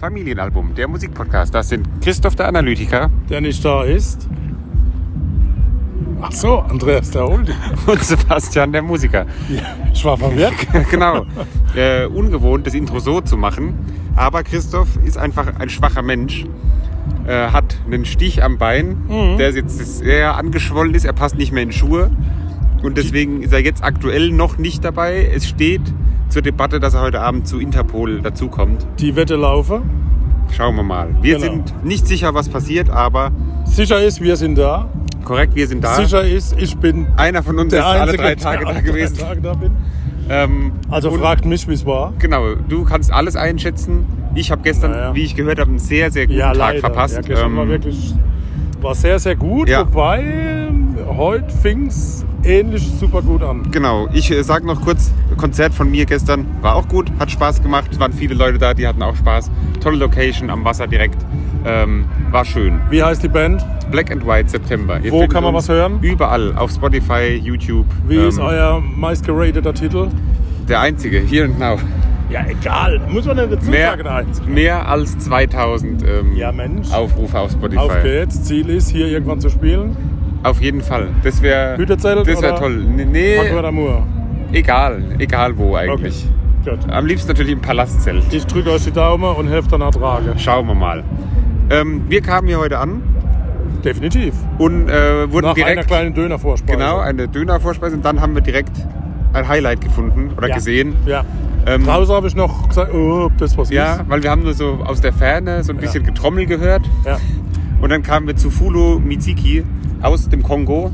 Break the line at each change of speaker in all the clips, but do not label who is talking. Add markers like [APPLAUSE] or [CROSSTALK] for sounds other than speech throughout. Familienalbum, der Musikpodcast. Das sind Christoph der Analytiker [LAUGHS]
der nicht da ist. Ach so, Andreas der Holding.
und Sebastian der Musiker. [LAUGHS]
Ich war verwirrt.
genau. Äh, ungewohnt, das Intro so zu machen. Aber Christoph ist einfach ein schwacher Mensch. Äh, hat einen Stich am Bein, der jetzt sehr angeschwollen ist. Er passt nicht mehr in Schuhe. Und deswegen ist er jetzt aktuell noch nicht dabei. Es steht zur Debatte, dass er heute Abend zu Interpol dazukommt.
Die Wette laufe.
Schauen wir mal. Wir
Genau.
sind nicht sicher, was passiert, aber
Sicher ist, wir sind da.
korrekt, wir sind da.
Sicher ist, ich bin
Einer von uns
der
ist alle
Einzige,
drei Tage
der
da
alle
gewesen.
Drei Tage da bin.
Ähm,
Also
und-
fragt mich, wie es war.
Genau, du kannst alles einschätzen. Ich habe gestern,
Naja.
wie ich gehört habe, einen sehr, sehr guten
Ja,
Tag
leider.
verpasst. ähm,
Ja, gestern war wirklich war sehr, sehr gut.
Ja.
Wobei, ähm, heute fing es ähnlich super gut an.
genau, ich äh, sage noch kurz, Konzert von mir gestern war auch gut, hat Spaß gemacht. Es waren viele Leute da, die hatten auch Spaß. Tolle Location am Wasser direkt. Ähm, war schön.
Wie heißt die Band?
Black and White September. Ihr
Wo
findet
kann man
uns
was hören?
Überall. Auf Spotify, YouTube.
Wie
ähm,
ist euer meistgerateter Titel?
Der einzige, hier und now.
Ja, egal. Muss man denn dazu
Mehr,
sagen? Heinz?
mehr als 2000 ähm,
Ja, Mensch.
Aufrufe auf Spotify.
Auf geht's. Ziel ist, hier irgendwann zu spielen.
Auf jeden Fall. Das wäre
Hütezelt
Das wäre
oder-
toll. N- Nee,
Aqua d'Amour.
egal. Egal wo
Okay.
eigentlich.
Gut.
Am liebsten natürlich im Palastzelt.
Ich drücke euch die Daumen und helft dann Ertrage.
Schauen wir mal. Ähm, wir kamen hier heute an
Definitiv.
und äh, wurden
Nach einer
direkt
kleinen Dönervorspeise.
genau eine Dönervorspeise und dann haben wir direkt ein Highlight gefunden oder
Ja.
gesehen.
Ja.
Ähm,
Draußen habe ich noch gesagt, oh, ob das was
ja,
ist.
weil wir haben nur so aus der Ferne so ein bisschen Getrommel gehört
Ja.
und dann kamen wir zu Fulu Miziki aus dem Kongo.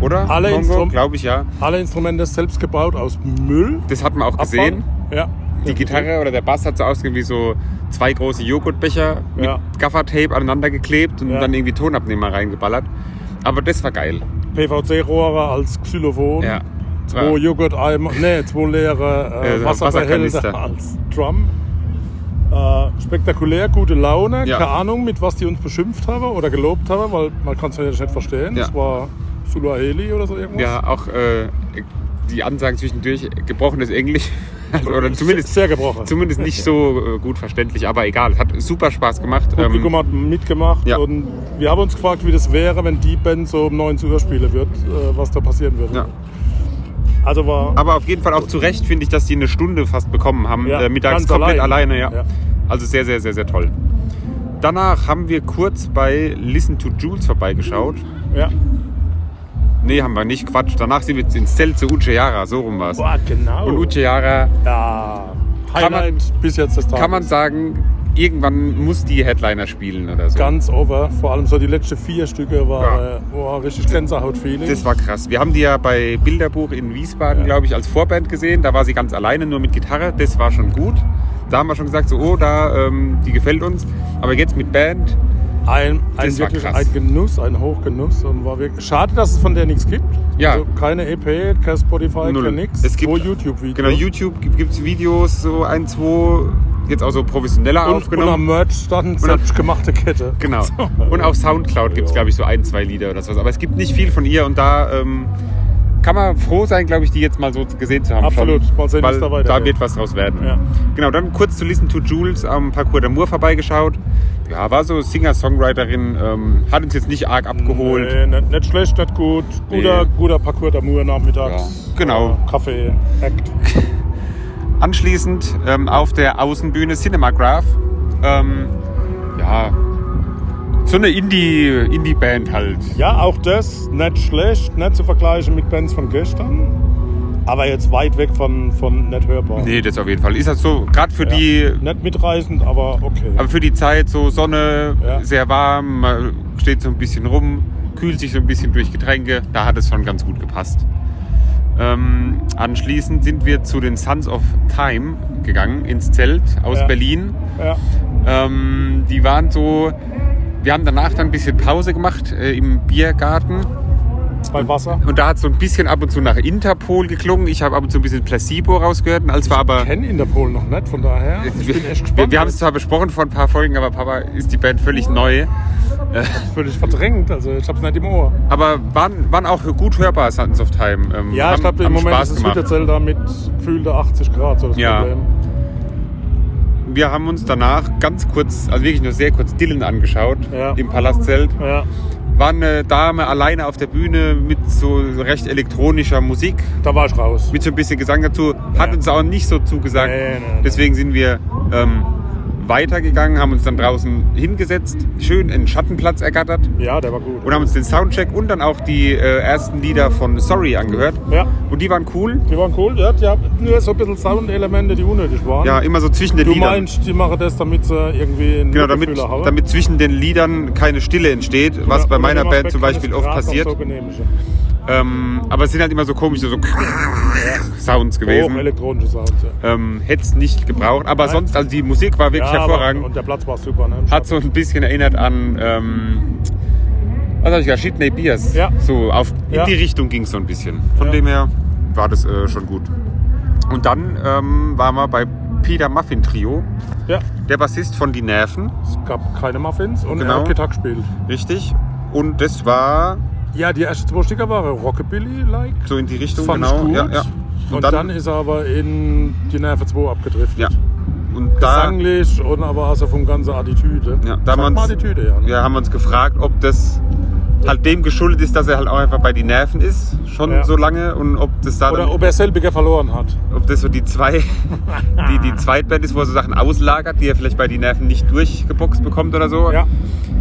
Oder?
Alle
Kongo,
Instrum-
glaube ich ja.
Alle Instrumente selbst gebaut aus Müll.
Das hat man auch
Abfall.
gesehen.
Ja.
Die Gitarre oder der Bass hat so ausgesehen wie so zwei große Joghurtbecher mit
Ja.
Gaffertape aneinander geklebt und
Ja.
dann irgendwie Tonabnehmer reingeballert. Aber das war geil.
PVC-Rohre als Xylophon.
Ja.
Zwei Joghurt-Eimer, nee, zwei leere äh,
Äh, Wasserkanister.
Wasserbehälter als Drum. Äh, spektakulär, gute Laune.
Ja.
Keine Ahnung, mit was die uns beschimpft haben oder gelobt haben, weil man kann es ja nicht verstehen.
Ja.
Das war Sulaheli oder so irgendwas.
ja, auch äh, die Ansagen zwischendurch, gebrochenes Englisch. [LAUGHS] Also, oder zumindest,
sehr gebrochen.
zumindest nicht so äh, gut verständlich, aber egal. Es hat super Spaß gemacht. ähm,
Publikum hat mitgemacht
ja.
und wir haben uns gefragt, wie das wäre, wenn die Band so um 19 Uhr spielen wird, äh, was da passieren würde.
ja.
Also war
Aber auf jeden Fall auch zu Recht finde ich, dass die eine Stunde fast bekommen haben.
Ja,
äh, mittags
ganz
komplett
allein.
alleine, ja.
Ja.
Also sehr, sehr, sehr, sehr toll. Danach haben wir kurz bei Listen to Jules vorbeigeschaut.
ja.
Nee, haben wir nicht. Quatsch. Danach sind wir ins Zelt zu Ucheyara. So rum war's.
Boah, genau.
Und Ucheyara,
ja,
Kann man-
Highlight bis jetzt das Tages.
kann man sagen, irgendwann muss die Headliner spielen oder so.
ganz over. Vor allem so die letzten vier Stücke war äh, boah, richtig Gänsehaut-Feeling.
Das war krass. Wir haben die ja bei Bilderbuch in Wiesbaden, glaube ich, als Vorband gesehen. Da war sie ganz alleine, nur mit Gitarre. Das war schon gut. Da haben wir schon gesagt, so, oh, da, ähm, die gefällt uns. Aber jetzt mit Band,
ein, ein,
das war
wirklich
krass.
ein Genuss, ein Hochgenuss. Und war wirklich, schade, dass es von der nichts gibt.
Ja.
Also keine EP, kein Spotify,
Null.
kein nix.
Es gibt-
Nur YouTube-Videos.
genau, YouTube gibt es Videos, so ein, zwei, jetzt auch so professioneller
und, und am
aufgenommen.
Merch stand
am-
selbstgemachte Kette. [LAUGHS]
Genau. Und auf Soundcloud gibt es, glaube ich, so ein, zwei Lieder oder sowas. Aber es gibt nicht viel von ihr und da ähm, kann man froh sein, glaube ich, die jetzt mal so gesehen zu haben.
Absolut.
Schon,
Mal sehen,
weil
was da
da
weitergeht.
wird was draus werden.
Ja.
Genau, dann kurz zu Listen to Jules am Parcours d'Amour vorbeigeschaut. Ja, war so Singer-Songwriterin, ähm, hat uns jetzt nicht arg abgeholt.
Nee, nicht, nicht schlecht, nicht gut. Guter,
Nee.
guter Parcours d'Amour nachmittags.
Ja, genau.
Äh, Kaffee, Act.
Anschließend ähm, auf der Außenbühne Cinemagraph. Ähm, ja, so eine Indie- Indie-Band halt.
Ja, auch das nicht schlecht, nicht zu vergleichen mit Bands von gestern. Aber jetzt weit weg von, von nicht hörbar.
Nee, das auf jeden Fall. Ist das so, gerade für
Ja,
die
Nicht mitreißend, aber okay.
Aber für die Zeit so Sonne,
Ja.
sehr warm, man steht so ein bisschen rum, kühlt sich so ein bisschen durch Getränke, da hat es schon ganz gut gepasst. Ähm, anschließend sind wir zu den Sons of Time gegangen, ins Zelt aus
Ja.
Berlin.
ja.
Ähm, die waren so, wir haben danach dann ein bisschen Pause gemacht äh, im Biergarten
Bei Wasser.
und da hat so ein bisschen ab und zu nach Interpol geklungen. Ich habe ab und zu ein bisschen Placebo rausgehört, und als war aber...
Kennen Interpol noch nicht, von daher. Ich bin echt
wir
gespannt.
wir haben es zwar besprochen vor ein paar Folgen, aber Papa ist die Band völlig neu.
völlig verdrängt, also ich hab's nicht im Ohr.
Aber waren, waren auch gut hörbar, Sons of Time. Ähm,
Ja, ich
haben-
glaube, im
haben
Moment
Spaß
ist das
gemacht.
Hütterzelt da mit gefühlte 80 Grad, so das
Ja.
Problem.
wir haben uns danach ganz kurz, also wirklich nur sehr kurz, Dylan angeschaut
Ja.
im Palastzelt.
Ja.
War eine Dame alleine auf der Bühne mit so recht elektronischer Musik,
Da war ich raus.
mit so ein bisschen Gesang dazu. Hat
Ja.
uns auch nicht so zugesagt.
Nee, nee, nee.
Deswegen sind wir ähm, weitergegangen, haben uns dann draußen hingesetzt, schön einen Schattenplatz ergattert
Ja, der war gut.
und haben uns den Soundcheck und dann auch die äh, ersten Lieder von Sorry angehört.
Ja.
Und die waren cool.
Die waren cool, ja, die haben nur so ein bisschen Soundelemente, die unnötig waren.
Ja, immer so zwischen den
du
Liedern.
meinst, die machen das, damit sie irgendwie einen
Genau, damit,
Lückenfüller haben?
damit zwischen den Liedern keine Stille entsteht, was
Ja,
bei
oder
meiner
dem
Band
Aspekt
zum
kann es
Beispiel oft
gerade noch
passiert.
So genehmigen.
Ähm, aber es sind halt immer so komische so Sounds
Hoch
gewesen.
elektronische Sounds. Ja.
Ähm, Hätte es nicht gebraucht. Aber
Nein.
sonst, also die Musik war wirklich
Ja, aber-
hervorragend.
Und der Platz war super, ne?
Hat so ein bisschen erinnert an, ähm, was habe ich gesagt, Sidney Beers.
Ja.
So, auf, in
Ja.
die Richtung ging es so ein bisschen. Von
Ja.
dem her war das äh, schon gut. Und dann ähm, waren wir bei Peter Muffin Trio,
Ja,
der Bassist von Die Nerven,
es gab keine Muffins und
Genau.
er hat Gitarre gespielt.
richtig. Und das war
Ja, die ersten zwei Sticker waren Rockabilly-like.
So in die Richtung,
Fand
genau.
ich gut.
Ja, ja.
Und, dann, ist er aber in die Nerve 2 abgedriftet.
ja. Und da
Gesanglich und aber also vom ganzen Attitüde.
Ja, da
Sag
man's-
mal Attitüde, ja. Ne?
ja, haben wir uns gefragt, ob das halt dem geschuldet ist, dass er halt auch einfach bei den Nerven ist, schon
Ja.
so lange und ob das da dann,
Oder
ob,
ob er selbiger verloren hat.
das so die zwei, [LAUGHS] die, die Zweitband ist, wo er so Sachen auslagert, die er vielleicht bei den Nerven nicht durchgeboxt bekommt oder so.
Ja,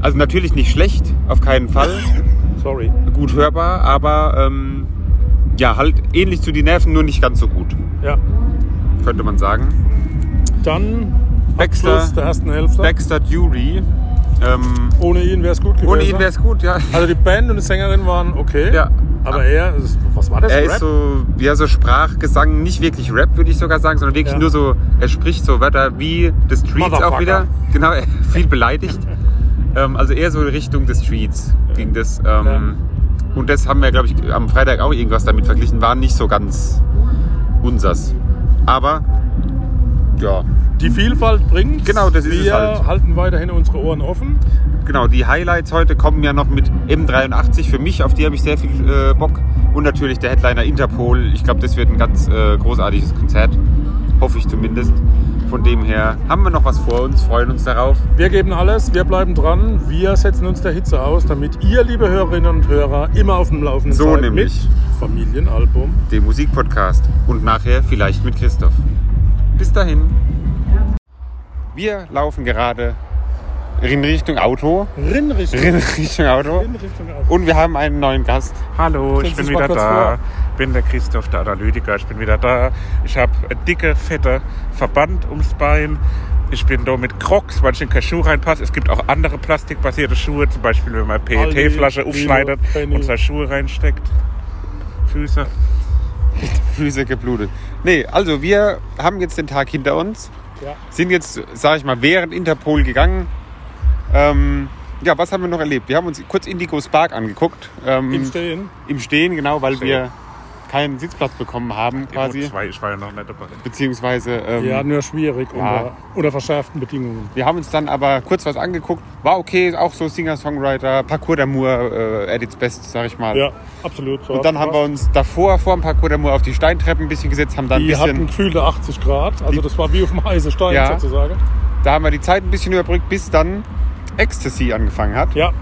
Also natürlich nicht schlecht, auf keinen
[LAUGHS]
Fall.
sorry.
gut hörbar, aber ähm, ja, halt ähnlich zu den Nerven, nur nicht ganz so gut,
Ja.
könnte man sagen.
Dann
Baxter-
Abschluss der ersten Hälfte.
Baxter Dury. Ähm,
Ohne ihn wäre es gut gewesen.
ohne ihn wäre es gut, ja.
Also die Band und die Sängerin waren okay.
Ja.
Aber er, ist- was war das?
Er
Rap?
ist so, ja, so Sprachgesang, nicht wirklich Rap, würde ich sogar sagen, sondern wirklich
Ja.
nur so, er spricht so Wörter wie The Streets auch
Motherfucker.
wieder. [LAUGHS] Genau, er- viel
[LAUGHS]
beleidigt. ähm, also eher so in Richtung The Streets ging das. Ähm,
Ja.
Und das haben wir, glaube ich, am Freitag auch irgendwas damit verglichen, war nicht so ganz unsers. Aber, ja,
die Vielfalt bringt.
Genau, das ist
Wir
es halt.
halten weiterhin unsere Ohren offen.
genau, die Highlights heute kommen ja noch mit M83 für mich, auf die habe ich sehr viel äh, Bock. Und natürlich der Headliner Interpol. Ich glaube, das wird ein ganz äh, großartiges Konzert. Hoffe ich zumindest. Von dem her haben wir noch was vor uns, freuen uns darauf.
Wir geben alles, wir bleiben dran, wir setzen uns der Hitze aus, damit ihr, liebe Hörerinnen und Hörer, immer auf dem Laufenden
So
seid
nämlich.
mit Familienalbum.
Dem Musikpodcast und nachher vielleicht mit Christoph. Bis dahin. Wir laufen gerade in Richtung Auto.
Rinn Richtung.
In Richtung Auto.
Rinn Richtung auf.
Und wir haben einen neuen Gast.
Hallo, ich
Stellst
bin
du's mal
wieder
kurz
da. bin der Christoph, der Analytiker. Ich bin wieder da. Ich habe dicke, fette Verband ums Bein. Ich bin da mit Crocs, weil ich in keinen Schuh reinpasse. Es gibt auch andere plastikbasierte Schuhe, zum Beispiel wenn man PET-Flasche
Aldi,
aufschneidet
Lidl, Penny.
und seine Schuhe reinsteckt. Füße.
Füße geblutet. Nee, also wir haben jetzt den Tag hinter uns.
Ja.
Sind jetzt, sag ich mal, während Interpol gegangen. Ähm, ja, was haben wir noch erlebt? Wir haben uns kurz Indigo Spark angeguckt. Ähm,
Im Stehen.
Im Stehen, genau, weil
Stehen.
wir keinen Sitzplatz bekommen haben, quasi.
Ich war- Ich war ja noch nicht dabei.
Beziehungsweise, ähm,
Mhm. Ja, nur schwierig
Ja.
unter, unter verschärften Bedingungen.
wir haben uns dann aber kurz was angeguckt. War okay, auch so Singer-Songwriter, Parcours d'Amour, äh, at its best, sag ich mal.
Ja, absolut. So
Und dann haben wir uns davor, vor dem Parcours d'Amour, auf die Steintreppen ein bisschen gesetzt, haben dann ein
die
bisschen...
hatten gefühlte 80 Grad, also das war wie auf dem heißen Stein
Ja.
sozusagen.
Da haben wir die Zeit ein bisschen überbrückt, bis dann Ecstasy angefangen hat.
Ja,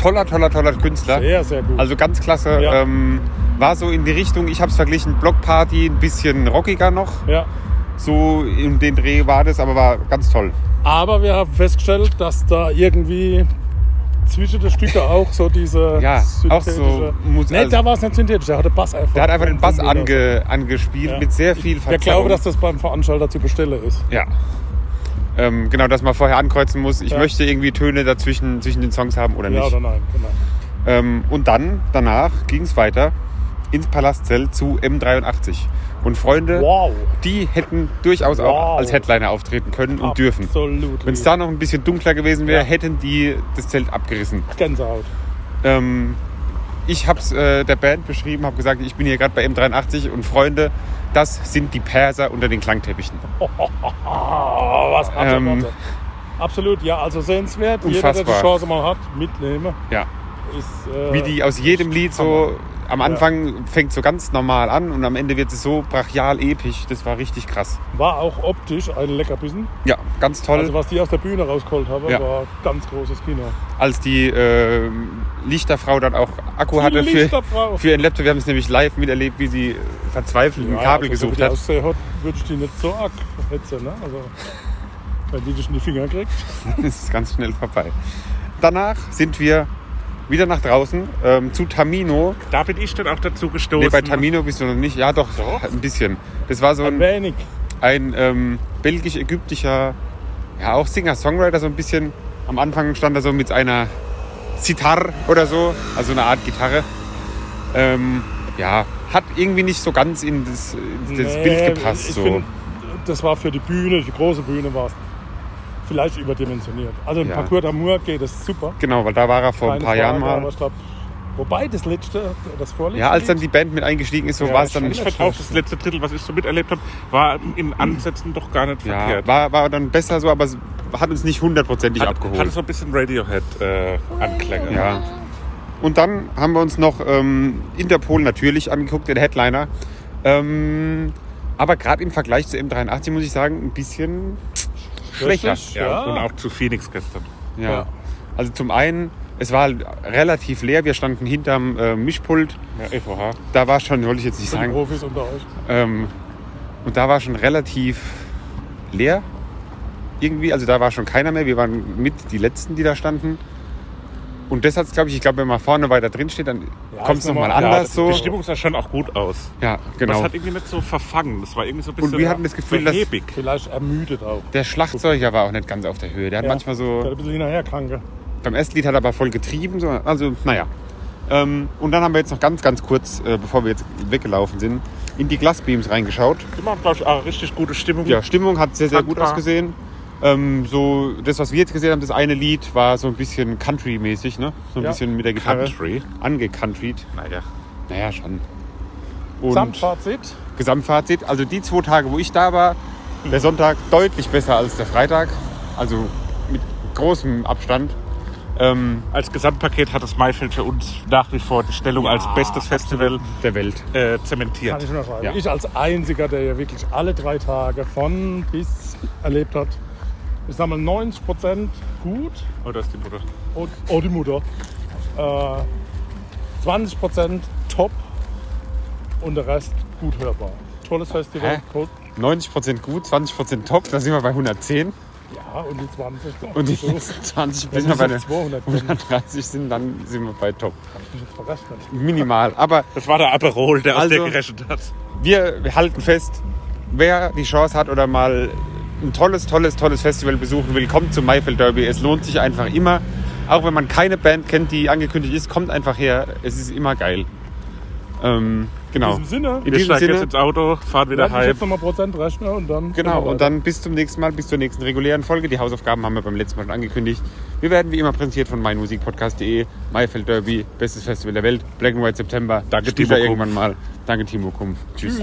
Toller, toller, toller Künstler.
sehr, sehr gut.
Also ganz klasse.
Ja.
Ähm, war so in die Richtung, ich habe es verglichen, Blockparty, ein bisschen rockiger noch.
ja.
So in den Dreh war das, aber war ganz toll.
Aber wir haben festgestellt, dass da irgendwie zwischen den Stücken auch so diese
Ja, auch so
synthetische-
Musik.
Nee,
Also,
da war es nicht synthetisch, der hat den Bass einfach.
der hat einfach den Bass ange, angespielt
Ja.
mit sehr viel
Ich glaube, dass das beim Veranstalter zu bestellen ist.
Ja. Ähm, genau, dass man vorher ankreuzen muss, ich
Ja.
möchte irgendwie Töne dazwischen zwischen den Songs haben oder
Ja
nicht.
oder nein, genau.
Ähm, und dann, danach, ging es weiter ins Palastzelt zu M83. Und Freunde,
Wow.
die hätten durchaus auch
Wow. Ah.
als Headliner auftreten können und dürfen.
Absolut.
Wenn es da noch ein bisschen dunkler gewesen wäre, hätten die das Zelt abgerissen.
Gänsehaut.
Ähm, ich habe es äh, der Band beschrieben, habe gesagt, ich bin hier gerade bei M83 und Freunde, das sind die Perser unter den Klangteppichen.
Ah, was hat
Ähm,
Worte. Absolut, ja, also sehenswert. Jeder, der
Unfassbar.
die Chance mal hat, mitnehmen.
Ja,
Ist, äh,
wie die aus jedem Lied so Am Anfang fängt so ganz normal an und am Ende wird es so brachial episch. Das war richtig krass.
War auch optisch ein Leckerbissen.
Ja, ganz toll.
Also was die aus der Bühne rausgeholt haben,
Ja.
war ganz großes Kino.
Als die ähm, Lichterfrau dann auch Akku hatte für,
Lichterfrau.
für ihren Laptop, wir haben es nämlich live miterlebt, wie sie verzweifelt ein Kabel
also,
gesucht
wenn
hat.
die Aussehen hat, würde ich die nicht so arg hetzen, ne? Also, wenn die dich in die Finger kriegt.
Es [LAUGHS] ist ganz schnell vorbei. Danach sind wir wieder nach draußen ähm, zu Tamino.
Da bin ich dann auch dazu gestoßen.
Nee, bei
ne?
Tamino bist du noch nicht. Ja, doch,
Doch.
ein bisschen. Das war so ein,
Wenig.
ein ähm, belgisch-ägyptischer, ja auch Singer-Songwriter so ein bisschen. Am Anfang stand er so mit einer Zitarre oder so, also eine Art Gitarre. Ähm, ja, hat irgendwie nicht so ganz in das, in das
Nee,
Bild gepasst.
ich
so.
find, das war für die Bühne, die große Bühne war es vielleicht überdimensioniert. Also im
Ja.
Parcours d'Amour geht es super.
genau, weil da war er vor ein
Keine
paar Jahren
Frage, aber
mal.
ich glaub, wobei das letzte, das vorletzte.
Ja, als dann
Lied-
die Band mit eingestiegen ist, so
Ja,
war es
ich
dann
fand
Ich
nicht.
fand auch das letzte Drittel, was ich so miterlebt habe, war in Ansätzen doch gar nicht
Ja,
verkehrt.
war, war dann besser so, aber es hat uns nicht hundertprozentig
Hat, hatte
abgeholt.
so ein bisschen äh, Radiohead-Anklänge.
Ja. Und dann haben wir uns noch ähm, Interpol natürlich angeguckt, den Headliner. Ähm, aber gerade im Vergleich zu M83 muss ich sagen, ein bisschen schwächer.
Richtig,
Ja,
ja.
und auch zu Phoenix gestern.
Ja.
Ja.
Also zum einen, es war halt relativ leer, wir standen hinterm äh, Mischpult.
Ja, EVH.
Da war schon, wollte ich jetzt nicht
Für die
sagen,
Profis unter euch.
ähm, und da war schon relativ leer. Irgendwie, also da war schon keiner mehr. Wir waren mit die Letzten, die da standen. Und das hat's, glaube ich, ich glaube, wenn man vorne weiter drin steht, dann kommt's
Ja,
kommt es
ist nochmal-
nochmal
ja,
anders
das-
so.
Die Stimmung sah schon auch gut aus.
Ja,
Das
genau.
hat irgendwie nicht so verfangen. Das war irgendwie so ein
Und
bisschen
wir hatten das Gefühl, dass-
behäbig.
Vielleicht ermüdet auch.
Der Schlagzeuger war auch nicht ganz auf der Höhe. Der hat
Ja.
manchmal
Der hat
so,
ein bisschen hinterherkranke.
beim ersten Lied hat er aber voll getrieben. So, also, naja. Ähm, und dann haben wir jetzt noch ganz, ganz kurz, äh, bevor wir jetzt weggelaufen sind, in die Glassbeams reingeschaut.
Die machen, glaube ich, auch richtig gute Stimmung.
Ja, Stimmung hat sehr, sehr gut
Dankbar.
ausgesehen. Ähm, so, das, was wir jetzt gesehen haben, das eine Lied war so ein bisschen Country-mäßig, ne? So ein
Ja.
bisschen mit der Gitarre.
Country.
Angecountried.
Naja.
Naja, schon. Und
Samt Fazit.
Gesamtfazit, also die zwei Tage, wo ich da war, der Sonntag deutlich besser als der Freitag. Also mit großem Abstand. Ähm,
Als Gesamtpaket hat das Maifeld für uns nach wie vor die Stellung als bestes Festival
der Welt.
äh,
Kann ich
zementiert.
unterschreiben.
Ja.
Ich als Einziger, der ja wirklich alle drei Tage von bis erlebt hat. Ich sag mal 90 Prozent gut
Oh, da ist die Mutter.
und oh, die Mutter. Äh, 20 Prozent top und der Rest gut hörbar. Tolles Festival.
Hä?
Toll.
90% gut, 20% top, da sind wir bei 110.
Ja, und die 20. doch.
Und die
So, wenn
letzten 20
ich
bis noch bei
auf
der
200 bin, hab
130 sind, dann sind wir bei top.
ich mich jetzt verrechnet.
Minimal. Aber
Das war der Aperol, der aus
Also-
der gerechnet hat.
wir halten fest, wer die Chance hat oder mal ein tolles, tolles, tolles Festival besuchen will, kommt zum Maifeld Derby. Es lohnt sich einfach immer. Auch wenn man keine Band kennt, die angekündigt ist, kommt einfach her. Es ist immer geil. Ähm,
In
genau.
diesem Sinne,
In
Wir
diesem
steigen jetzt
Sinne,
ins Auto, fahren wieder
werde ich
heim.
jetzt nochmal Prozent rechnen und
genau.
dann. gehen wir
Und
weiter.
dann bis zum nächsten Mal, bis zur nächsten regulären Folge. Die Hausaufgaben haben wir beim letzten Mal schon angekündigt. Wir werden wie immer präsentiert von meinmusikpodcast.de, Maifeld Derby, bestes Festival der Welt, Black and White September.
Danke,
Spielt
Timo
da
Kumpf.
irgendwann mal. Danke, Timo Kumpf. Tschüss.